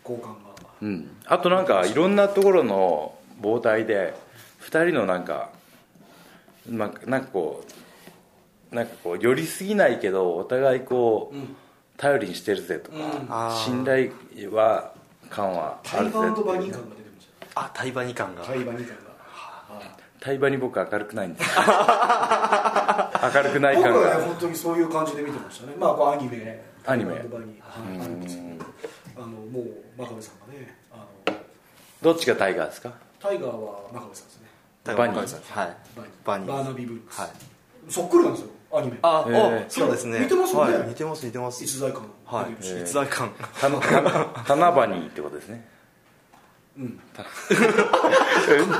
好感が、
うん、あとなんかいろんなところの膨大で2人のなんかなんかなんかこうなんかこう寄りすぎないけどお互いこう、
うん
頼りにしてるぜと
うん
か、
あー
信頼は感はあ
タ
る
イ
ぜ
バ
って
バ
い
ニ
う
ー
ね
感が出てましたよ
あタイバニ感が、
タイバニー感が。はい
対話に僕は明るくないんです 明るくない
僕
感
はね
が
本当にそういう感じで見てましたねまあこうアニメ
アニメ
バンドバニーはいあるんですけどあのもう真壁さんがねあの
どっちがタイガーですか
タイガーは真壁さんですね
タイ
バ
バ
ニ
ニ
ー
はい
バ
バ
ニ
ニ
ー
ー
バーナビーブルックス
はい
そっくりなんですよアニメ
あ、
え
お
ー
そうですね
似てますよね
はい似てます似てます
逸材感
は
出
い
てるし
逸材感
タナタナタナバニーってことですね
うん
うんって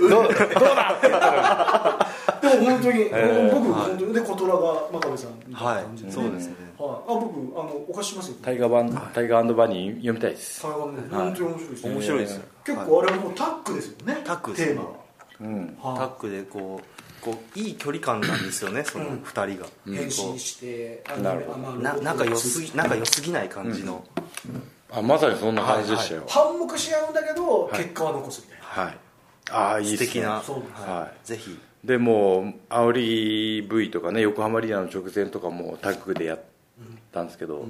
どうどうだって言ったら
でも本当に
え
僕本当にで小虎が真壁さんみたいな感じで
はいそうですね
はいあ僕あのお貸ししますよ
タイガーバンタイガーバニー読みたいです
タイガーね本当に面白いですね
面白いですよ
結
はい
構あれはもうタッグですよね
タッグです
テ
ね
ーマは
うん
はい
タッグでこうこういい距離感なんですよねその
うん
2人が、
変身
こ
して、
なるほど
あの
うななんか良すぎなんか良すぎない感じの、
あまさにそんな感じでしたよ
反目し合うんだけど、
い
結果は残すみたいな
はい、ああいいっ
素
すね
敵な、
そうですね
は
ぜひ
でもう煽り V とかね横浜リーダーの直前とかもタッグでやったんですけど、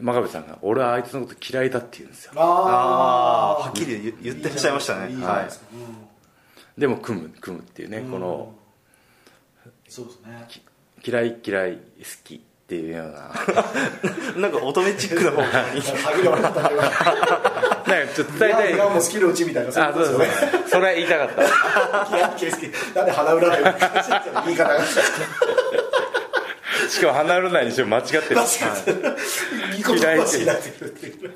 真壁さんが「俺はあいつのこと嫌いだ」って言うんですよ
ああーは
あ
っきり言言ってらっしゃいましたね
いいじゃな
はいい
ですか、うん
でも組む組むっていうね、この
そうですね
嫌い嫌い好きっていう ような
なんか乙女チックな方向に
歯切れ悪かったな今
なんかちょっと伝え
裏
たい
裏も好きのうちみたいな
あそうそう
ね
それは言いたかった
いや圭介なんで鼻裏で言い方が
しかも離れないにしても間違ってる
確かにいいことばしになってくるっていう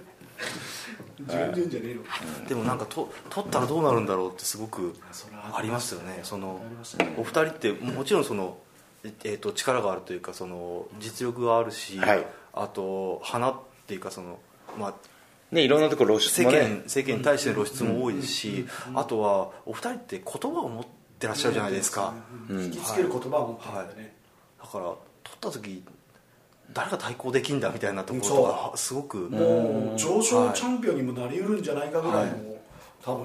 順々じゃねえの
でもなんかと取ったらどうなるんだろうってすごく
それは
ありますよねその
ありますね
お二人ってもちろんその、ええー、と力があるというかその実力があるし、
はい
あと花っていうかその、まあ、
ねいろんなとこ露出
世
も
間、
ね
世間に対しての露出も多いですし、あとはお二人って言葉を持ってらっしゃるじゃないですか、
引きつける言葉を持ってるんだね
だから取った時誰が対抗できんだみたいなところ
そう
とかすごく
もう上昇チャンピオンにもなりうるんじゃないかぐらいの、多分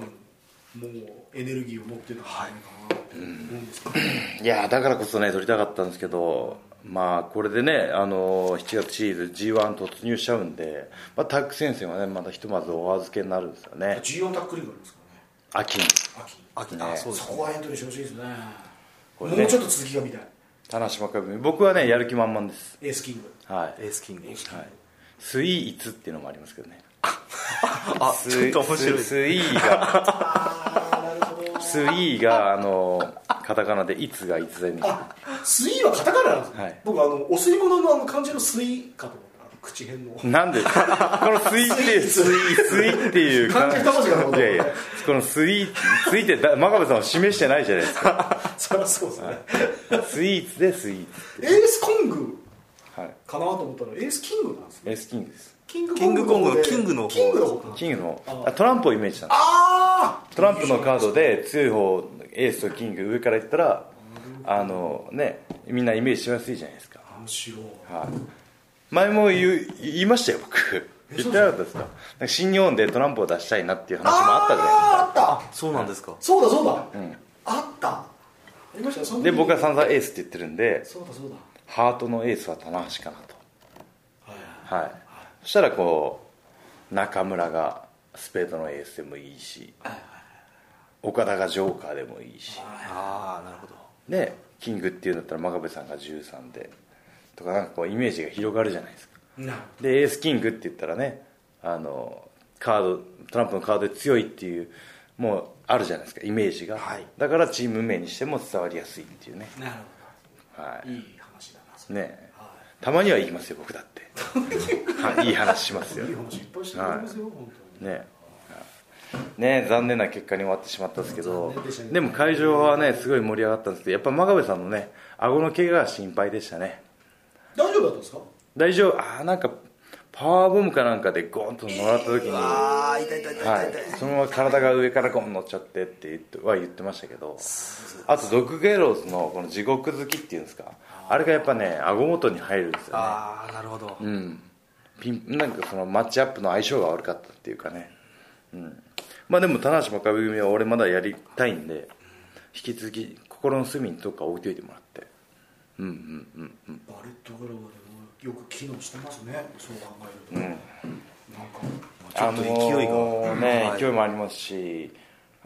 もうエネルギーを持ってるんじゃないかなって思うんですけど、
いやーだからこそね撮りたかったんですけどまあこれでね、あのー7月シリーズ g 1突入しちゃうんで、まあ、タッグ戦線はねまたひとまずお預けになるんですよね
G4 タックリーグありますか
秋に
らね
秋、
ね
あそう
秋
です
そ
ね
こはエントリーしてほしいですね
これね
もうちょっと続きが見たい
田中真壁僕はねやる気満々です
エースキング
はい
エースキング、
はい、スイーツっていうのもありますけどね
あ
ス
ちょっと面白い
ススイーが
ああなるほど
スイーがあのカタカナでいつが逸材みたいな
あスイはカタカナなんですね、
はい
僕あのお吸い物のあの漢字のスイかと思った口辺 の
なんでこのスイーってスイースイーっていう
漢字二文字かと思った
いやいやこのスイースイーってだ真壁さんを示してないじゃないですか
そりゃそうですね、
スイーツでスイー
エースコング
ツはい
かなと思ったらエースキングなんですね
エースキングです
キング
キングコングの
キングの方かな
キングのあトランプをイメージしたんです
ああ
トランプのカードで強い方エースとキング上からいったらあのねみんなイメージしやすいじゃないですか
面白い
はい、前も言う言いましたよ僕言ってなかったですかなんか新日本でトランプを出したいなっていう話もあったじゃないですか
あーあった
そうなんですか
そうだそうだ、
ん
あったありましたよその時
で僕は散々エースって言ってるんで
そうだそうだ
ハートのエースは棚橋かなと
はい
はいそしたらこう中村がスペードのエースでもいいし岡田がジョーカーでもいいし
ああなるほど
でキングっていうんだったら真壁さんが13でとかなんかこうイメージが広がるじゃないですか
なる
でエースキングって言ったらねあのカードトランプのカードで強いっていうもうあるじゃないですかイメージが、
はい
だからチーム名にしても伝わりやすいっていうね,、
ほどなる
は
ほどいい話だなそ
い、
れ
ね
は
たまには行きますよ僕だ って、はい、いい話しますよ
いいい
ね
話いっぱいしてくれますよ、本当に
はいね残念な結果に終わってしまったんですけど
残念でしたね
でも会場はねすごい盛り上がったんですけどやっぱ真壁さんのね顎の怪我が心配でしたね
大丈夫だったんですか
大丈夫ああなんかパワーボムかなんかでゴーンと乗らった時に、
ああ痛い痛い痛い
は
痛い
い
痛い、、
そのまま体が上からこう乗っちゃってって言っては言ってましたけどあとドッグゲローズのこの地獄好きっていうんですかあれがやっぱね顎元に入るんですよね
ああなるほど、
うんピンなんかそのマッチアップの相性が悪かったっていうかねうんまあでも棚橋真壁組は俺まだやりたいんで引き続き心の隅にどっか置いといてもらってうんうんうんうん
バレットグラブでもよく機能してますねそう考えると、なんか
ちょっと勢い
あ
が、
のーね
はい
勢いもありますし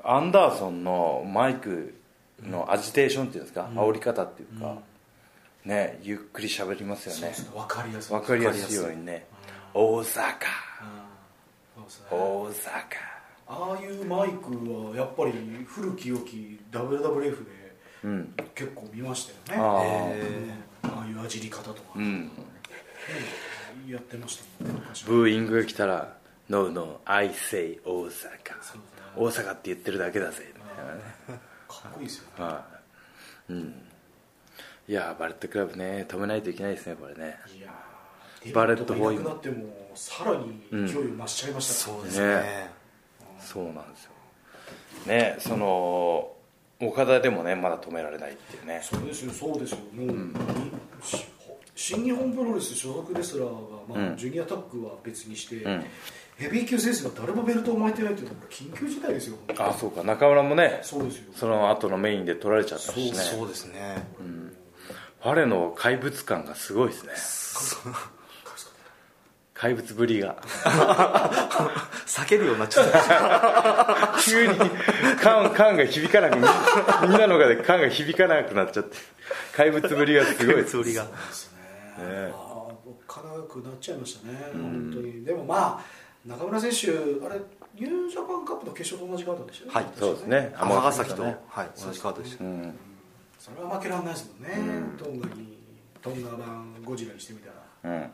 アンダーソンのマイクのアジテーションっていうんですか、煽り方っていうか、ねゆっくり喋りますよ
そう
ね
ですね分かりやすい
わかりやすいようにね大阪
そうですね
大阪
ああいうマイクはやっぱり古き良き WWF
う
で
ん
結構見ましたよね、
ああ、
ああいうあじり方とか、
うん
やってましたもんね昔は
ブーイングが来たら「No no I say 大阪」大阪って言ってるだけだぜ」みたいなね
かっこいいですよね
はい、うん、いやーバレットクラブね止めないといけないですねこれね
いやー
バレットホイー
デ
ム
ビッドがいなくなってもさらに勢いを増しちゃいましたから、
そうですね
ねそうなんですよねその岡田でもねまだ止められないっていうね
そうですよそうですよもう、し新日本プロレス所属レスラーが、まあ
うん
ジュニアタッグは別にして、
ん
ヘビー級選手が誰もベルトを巻いてないっていうのは緊急事態ですよ
あそうか中村もね
そうですよ
その後のメインで取られちゃったしね
そうですね
ファレの怪物感がすごいですね怪物ぶりが
避けるようになっちゃった
急に缶缶が響かなくみみんなの中 で缶が響かなくなっちゃって怪物ぶりがすごい
つぶりが
そうですね、あかなくなっちゃいましたね、本当にでもまあ中村選手あれニュージャパンカップの決勝と同じカードでしょ
はい
そうですね
尼、
尼崎
崎と、
と
は
ね
い、同じカードでした、
うん
それは負けられないですもんね、
うん
トンガにトンガ版ゴジラにしてみたら
うん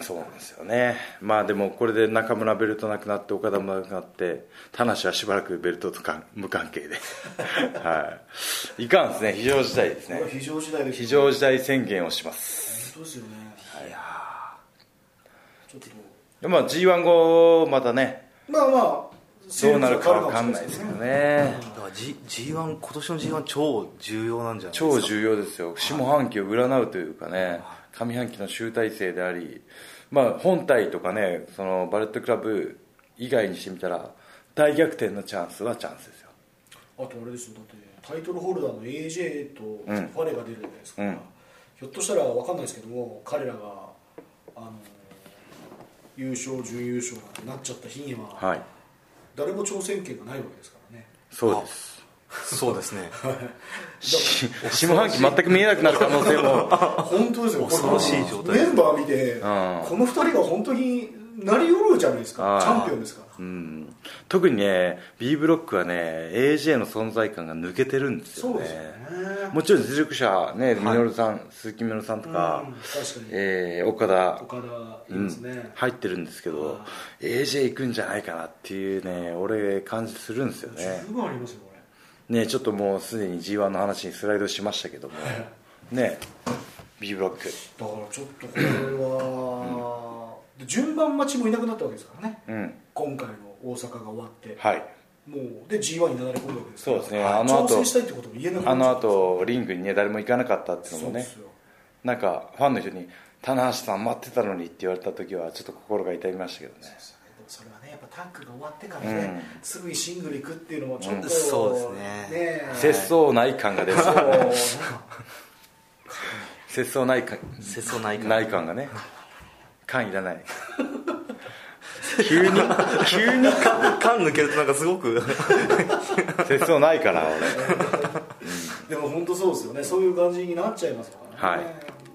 そうなんですよねまあでもこれで中村ベルトなくなって岡田もなくなって田無はしばらくベルトとか無関係で はいいかんですね非常事態ですね
これは非常事態で
非常事態宣言をします
本当ですよね
いや
ちょっと
でまあ g 1後またね
まあまあ
どうなるかわかんないですけどね
ーだから G G1 今年の G1 超重要なんじゃないです
超
か
重要ですよ下半期を占うというかね上半期の集大成であり、まあ、本体とかねそのバレットクラブ以外にしてみたら大逆転のチャンスはチャンスですよ
あとあれですよだってタイトルホルダーの AJ とファレが出るじゃないですか、
うん
ひょっとしたらわかんないですけども彼らがあの優勝準優勝なんてなっちゃった日には、
はい
誰も挑戦権がないわけですからね
そうです
そうです ね
し下半期全く見えなくなる可能性も
本当ですよ
恐ろしい状態
これメンバー見て、
ん
この2人が本当になりうるじゃないですか
はい
チャンピオンですから
うん特にね B ブロックはね AJ の存在感が抜けてるんですよ
そ
ね
うですよね
もちろん実力者ね、ミノルさん、鈴木みのるさんとか、
うん確かに
えー岡田
岡田
う
いい
ん
ですね、
入ってるんですけど AJ 行くんじゃないかなっていうね俺感じするんですよね
十分ありますよこれ
ねちょっともうすでに g 1の話にスライドしましたけどもね B ブロック
だからちょっとこれは、で順番待ちもいなくなったわけですからね
うん
今回の大阪が終わって、
はい
もうで g 1になだれ込むわけですから
そうですねあの
挑
後
戦したいってことも言えなくな
あ
っちゃ
の
う
あとリングにね誰も行かなかったっていうの
そう
も
で
ね
すよ
なんかファンの人に「棚橋さん待ってたのに」って言われた時はちょっと心が痛みましたけどね
でもそれはねやっぱタッグが終わってからね、すぐにシングル行くっていうのはちょっと、
うんそうですね
え
節操ない感が出る 節操ない感
世相ないから
内観が ね感いらない急 に急に
缶抜けるとなんかすごく
節操ないから
でも本当そうですよねそういう感じになっちゃいますからね、
は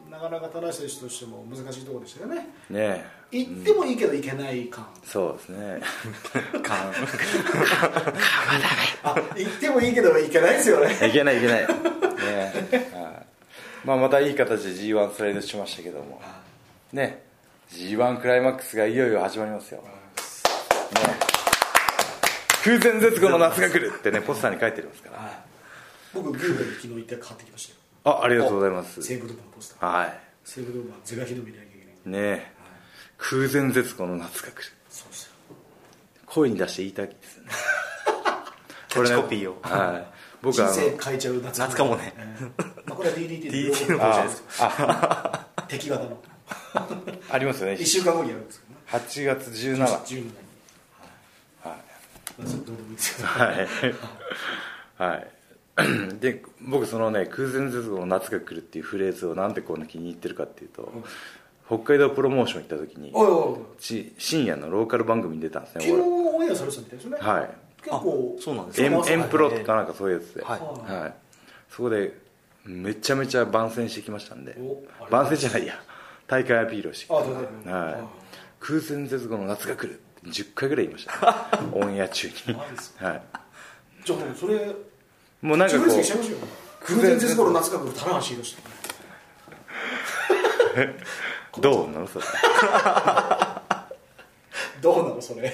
なかなか田中選手としても難しいところでしたよね
俺ねえ
行ってもいいけど行けない感、
そうです ね
缶
あ行ってもいいけど行けないですよね
いけないいけないねえはいまあまたいい形で g 1スライドしましたけどもね g 1クライマックスがいよいよ始まりますよ、ねえ、空前絶後の夏が来るってねポスターに書いてありますから
僕グーグル昨日行って買ってきましたよ
あありがとうございます
西武ドームのポスター
はい
西武ドームは是が非でも見なきゃいけない
ねえ空前絶後の夏が来る
そうですよ
声に出して言いたいですよね
キャッチコピーを
はい僕
人
はあの
生変えちゃう夏
夏かもね
ええまあ、これは DDT の
DDT の
方
あ
ですよ
あ
敵型の
ありますよね
1週間後にやるんですけどね
8月17
17
日
日にはい、まあ、それどうでもいいですけど
はいはいで僕そのね「空前絶後の夏が来る」っていうフレーズをなんでこんな気に入ってるかっていうと北海道プロモーション行った時に
おいおいおい
ち深夜のローカル番組に出たんです
昨
ね
日
俺
オンエアされてたみたいですね、
はい
結構
あそうなんです
エ
ね
ン
そう
エ
なん
ン
です
プロとかなんかそういうやつで、
は
はいいそこでめちゃめちゃ番宣してきましたんで
おあれ
番宣じゃないや大会アピールをしてきた
あ大会アピール
はい
あ
空前絶後の夏が来るって10回ぐらい言いま した、ね、オンエア中に、
マジっす
は
じゃあもうそれ
い、もうなんかこ
自分でしちゃいうましょうよ空前絶後の夏が来る棚橋宏した
どうなのそれ
どうなのそれ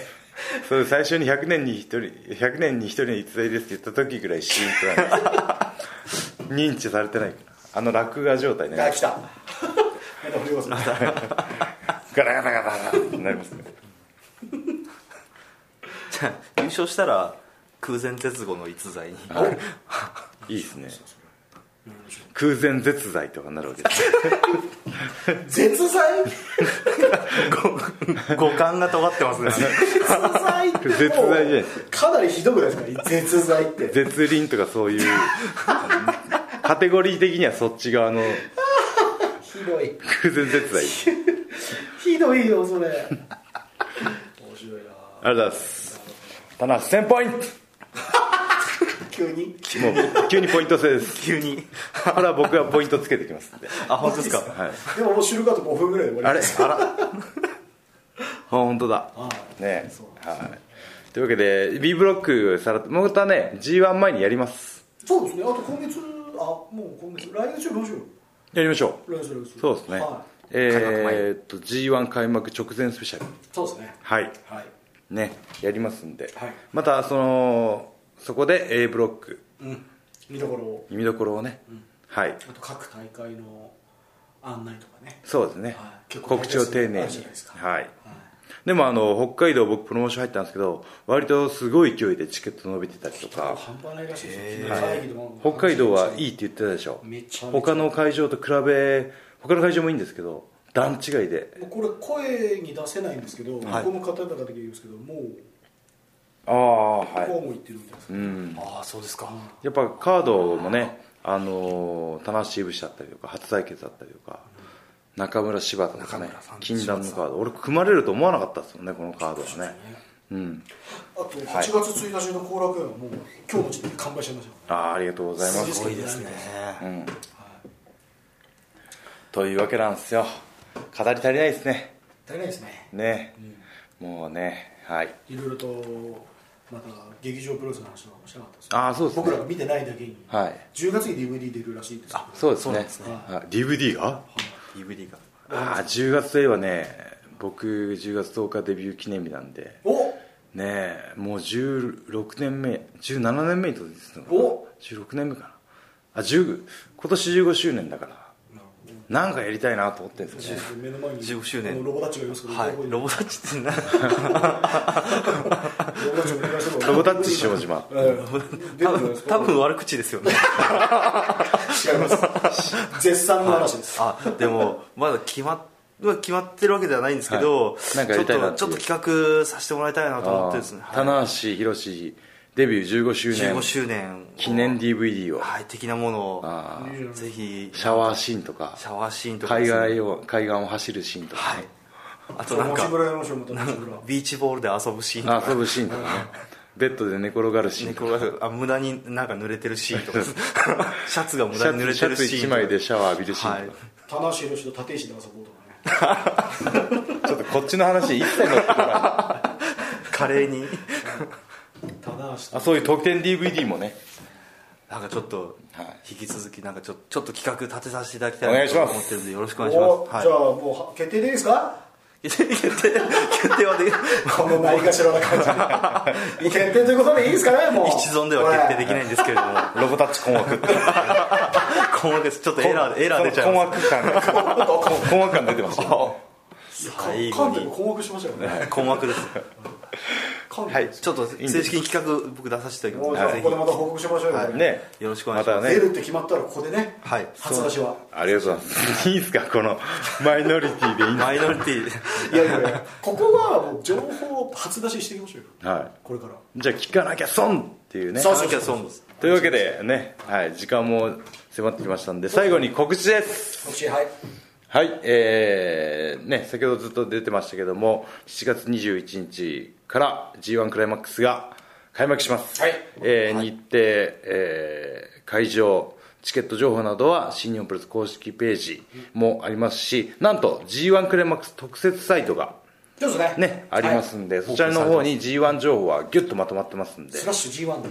それ最初に100年に1人100年に1人の逸材ですって言った時ぐらいシーンとなる認知されてないからあの落語状態ね
あ来たまた振りますね
ガラガラガラガラってなりますね
じゃあ優勝したら空前絶後の逸材 に
いいですね空前絶在とかになるわけです
絶在
五感が尖ってます ね
絶在ってもう
絶在じゃないです
かなりひどくないですか絶在って
絶倫とかそういうカテゴリー的にはそっち側の
ひどい
空前絶在
ひどいよそれ面白いな
ありがとうございます棚橋1000ポイント
急に
もう急にポイント制です
急に
あら僕はポイントつけてきますんで
あ本当ですか
はい
でももう知るかと5分ぐらいで終わ
あ
り
れ
です
あらあ本当だ
はい
ね
そうなんです
はいというわけで B ブロックさらっとまたね G1 前にやります
そうですねあと今月あもう今月来月中どうしよ
やりましょ
う来月来月
そうですね、
はい
えー、っと G1 開幕直前スペシャル
そうですね
はい
はい
ねやりますんで、
はい
またそのそこで A ブロック
うん見どころを
見どころをね、はい
あと各大会の案内とかね
そうですね
はい結構
告知を丁寧
あ
に
るじゃないですか
はい
はい
でもあの北海道僕プロモーション入ったんですけど割とすごい勢いでチケット伸びてたりとか
半端ないらしいです
へ
よ
ー
会議でも
北海道はいいって言ってたでしょ
めちゃめちゃ
他の会場と比べ他の会場もいいんですけど段違いで
もうこれ声に出せないんですけど、
はい
この方々だけ言うんですけどもう
ああは
こ
いう
も言ってるみたいです、
うん
ああそうですか
やっぱカードもねあのー棚橋いぶしだったりとか初対決だったりとか中村柴田とか
中
ね
村さん
禁断のカード俺組まれると思わなかったですもんねこのカードはねうん
あと8月1日の後楽園はもう今日の時点で完売しちゃいました
ああありがとうございます
すごいですね
うんというわけなんですよ語り足りないですね
足りないですね、
ね
うん
もうねはい
いろいろとまた劇場プロレスの話とかもしなかったですよ
ああそうですね
僕らが見てないだけに、
はい
10月に DVD 出るらしいですけど
そうです
そうなん
ね
です
ね
あ DVD が
DVD が
ああ10月といえばね僕10月10日デビュー記念日なんでねえもう16年目17年目に突入するのかな
お
16年目かなあ10今年15周年だから
お
なんかやりたいなと思ってるんですよ
目の前に
15周年
このロボタッチがいますけど、
はいロボ
タ
タッチってな
ッチロボタッチお願いします
ロボタッチ下島
ええ出
多
るんじゃないで
分
すか
多分悪口ですよね
違います絶賛の話です、
あでもまだ決まっまあ決まってるわけではないんですけど、
はいなんかやりたいなっていう
ちょっとちょっと企画させてもらいたいなと思ってですね、
あー
はい、
棚橋宏デビュー15周年
15周年
記念 DVD を
はい的なもの
あ
いいじゃな
を
い
ぜひ
シャワーシーンとか
シャワーシーンとか
海
ですね
外を海岸を走るシーンとか
は
ね
いあとなん
持ち
か
ぶらやりましょうまた持ちぶら
ビーチボールで遊ぶシーンとか
遊ぶシーン とかねベッドで寝転がるシーンとか
猫があ無駄になんか濡れてるシーンと かシャツが無
シ
駄に
ャ
濡れ
ツシ
て
ャ
る
ツ
シー
1
ン
枚でシャワー浴びるシーンとか
はい、
棚橋宏と立石で遊ぼうとかね
ちょっとこっちの話一切乗ってこない
華麗に
棚橋
あそういう特典 DVD もね
なんかちょっと
はい
引き続きなんかちょちょっと企画立てさせていただきたい
お願
ない
し
と
ます
思ってるんでよろしくお願いし
お
ます
じゃ
は
あもうは決定でいいですか
い決定決定はで
このないがしろな 感じで決定ということでいいですかねもう
一存では決定でき
い
ないんですけれ ども
ロボタッチ困惑
困惑ですちょっとエラーエラー出ちゃい
困
ま
惑感が困惑感出てましたよ
す
最
最
後
後
に
に
困惑しましたよね
困惑です
韓国
はい
ち
ちょっと正式に企画僕出させていただき
ょ
ま
じ
す
ゃあ
ので
ここでまた
ぜ
報告しましょうよ、
はい
これ
ね
ひよろしくお願いします
また
出
ね
るって決まったらここでね、
はい
初出しは
ありがとうございますいいですかこのマイノリティでいいんです
マイノリティ
いやいやいやここはもう情報を初出ししていきましょうよ
は
これから
いじゃあ聞かなきゃ損っていうね
そう
キャソング
というわけでね、はい、時間も迫ってきましたんで最後に告知です
私はい
はい、えーね、先ほどずっと出てましたけども、7月21日から G1 クライマックスが開幕します。
はい
えー日程、えー会場、チケット情報などは新日本プロレス公式ページもありますし、なんと G1 クライマックス特設サイトが
ちょっとね
ね、ありますんで、
い
そちらの方に G1 情報はギュッとまとまってますんで
ス、ラッシュ G1 で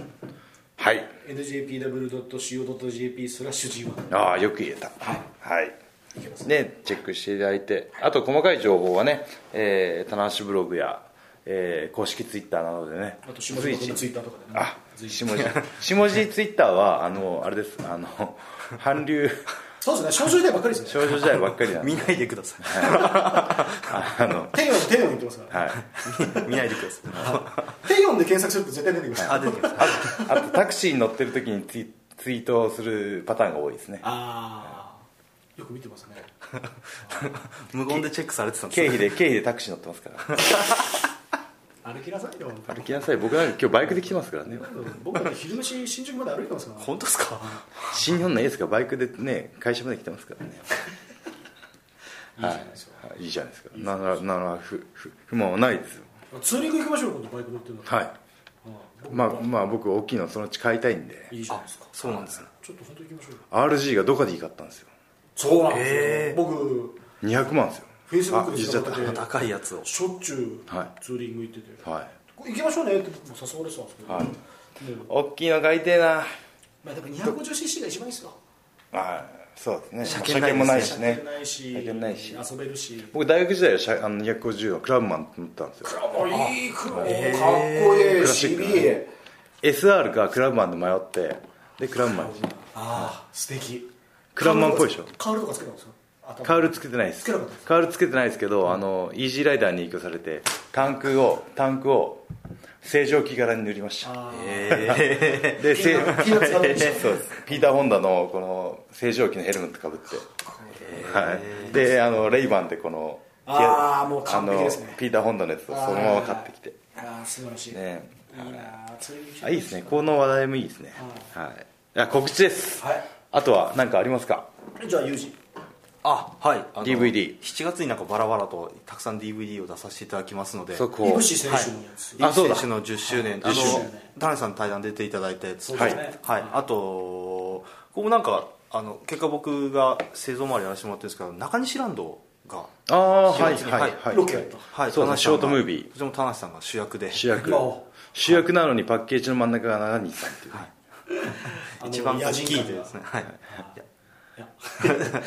はい
njpw.co.jp スラッシュ G1
ああ、よく言えた。
はい
はい
いけます
ね、チェックしていただいて、あと細かい情報はね、えー、棚橋ブログや、えー公式ツイッターなどでね、
あと下島君のツイ
随時
ッターとかでね
あ
随
下
時
地、下地ツイッターは、あの、あれです、あ の、韓流、
そうですね少女時代ばっかりですね
少女時代ばっかりなんで、
見ないでくださ
あの、
テヨンテヨン言ってますから
はい。
い見ないでください
テヨンで検索すると絶対出てきます
あ出てきますあ
あと、タクシーに乗ってる時にツイツイートをするパターンが多いですね。
ああよく見てますね
無言でチェックされてたんです
経
よ
費で、経費でタクシー乗ってますから。
歩きなさいよ
歩きなさい、僕なんか今日バイクで来てますからね。
僕は昼飯新宿まで歩いてますから
本当ですか
新日本のエースがバイクでね、会社まで来てますからね。
いいじゃないですか
はいいいじゃないですか。なら、なら、ふ、ふ、不満はないですよ。
ツーリング行きましょう今度バイク乗ってるの
はい。まあまあ僕大きいのそのうち買いたいんで
いいじゃないですか
そうなんですね
ちょっと本当行きましょうよ
RG がどこでいいかったんですよ
そうなんですよ、
えー
僕
200万ですよ
フェイスブッ
あ
クで
言っちゃった
調べ
あ
て
の高いやつを
しょっちゅう
はい
ツーリング行ってて、
はい
これ行きましょうねって僕も誘われてたんですけど、
はい
でも
大きいの買いてえな
まあ、でも 250cc が一番いいですよ
はいそうですね
車
車
検
検
ないですね
もない
車
し
検
ね
ないし
車検ないし
遊べるし
僕大学時代は車あの250はクラブマン乗ったんですよ
クラブいい黒かっこ
えー
いい
クラシックな
CBA
SR かクラブマンで迷ってでクラブマンに
ああ素敵
クラブマンっぽいでしょ
カールとかつけたんですよ頭
カールつけてないです
つけなかったです
カールつけてないですけど、あのイージーライダーに影響されてタンクをタンクを正常期柄に塗りました
あー
ええ
でせい そう
ピーナッツが出
で
てきた
すピーター・ホンダのこの正常期のヘルメットかぶってはい、であのレイバンでこの
あーもう完璧ですね
あのピーター・ホンダのやつをそのまま買ってきて
ああ素晴らしい、
ね
いいなあ釣りに行きた
あいいですねこの話題もいいですねはいいや告知です、
はい
あとは何かありますか
じゃあユージ
あはいあの
DVD
7月になんかバラバラとたくさん DVD を出させていただきますので
速
イ
報
ブシ選手のやつ、
あそうだ
選手の10周年あ
10周
の
年
田辺さんの対談出ていただいたやつ
そう
です
ね
はいはいあとここなんかあの結果僕が製造周りやらせてもらってるんですけど中西ランドが
ああはい
4月に
はい
は
はい
ロケやった
はい
そうですね
田
ショ
中さんが
ートムービー
こちらも田中さんが主役で
主役
今を
主役なのにパッケージの真ん中が中西さんっていう
あの
一番
野
大
人
きい
感
で
が
ですねはい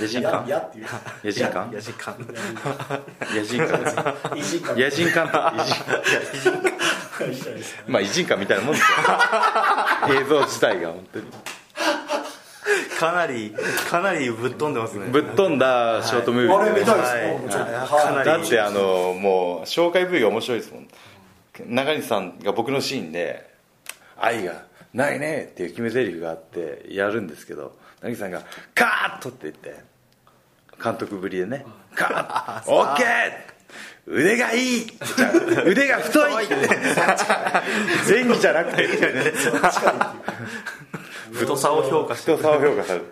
野人
や
館
やっていう
野人館
野人館
野人館ですね
偉人感
野人館と偉人
いいじゃないですか
まあ偉人館みたいなもんです よ映像自体が本当に
かなりかなりぶっ飛んでますね
ぶっ飛んだショートムービー
あれ見たいです
はい
もうちょっと
はい
はい
かなり
だってあのもう紹介 V が面白いですもん中西さんが僕のシーンで「愛がないね」っていう決め台詞があってやるんですけど中西さんが「カーッ!」とって言って監督ぶりでね「カーッ!」「オッケー!」腕がいいじゃあ腕が太い前儀じゃなくて
太さを評価して
太さを評価される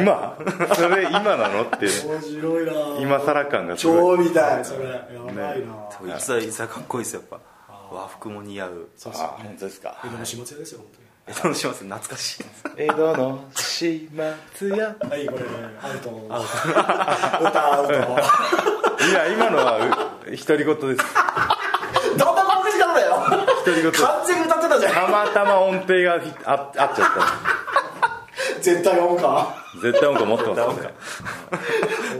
今それ今なのっていう
面白いなあ
今更感がすご
超
い
みたいそれやばいなあ
いつだいつだかっこいいですよやっぱ和服も似合う
あ本当ですか
江戸の始末屋ですよ本
えどうします懐かしいです
江戸の始末屋
当にはいこれアウト 歌アウト
いや今のはう独り言です
どんな番組なんだよ
独り言た
完全に歌ってたじゃん
またま音程がひあ合っちゃっ
絶対音か
た絶対音感持ってますね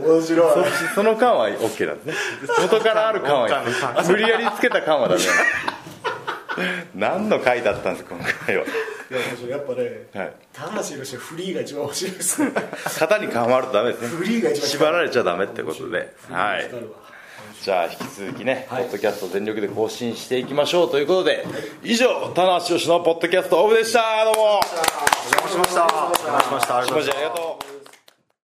面白い
その感は OK なんですね元からある感
音感
は無理やりつけた感はダメなんです何の回だったんです今回は、
いや面白いやっぱね
はい、
高橋宏フリーが一番面白いです ね
型に構わるとダメです
フリーが
ね
一番
縛られちゃダメってことで
フリー
は
が
い
光るわ
じゃあ引き続きね、ポッドキャスト全力で更新していきましょうということで以上棚橋宏のポッドキャストオフでしたどうも
お邪魔しましたお邪魔しましたありがとうございました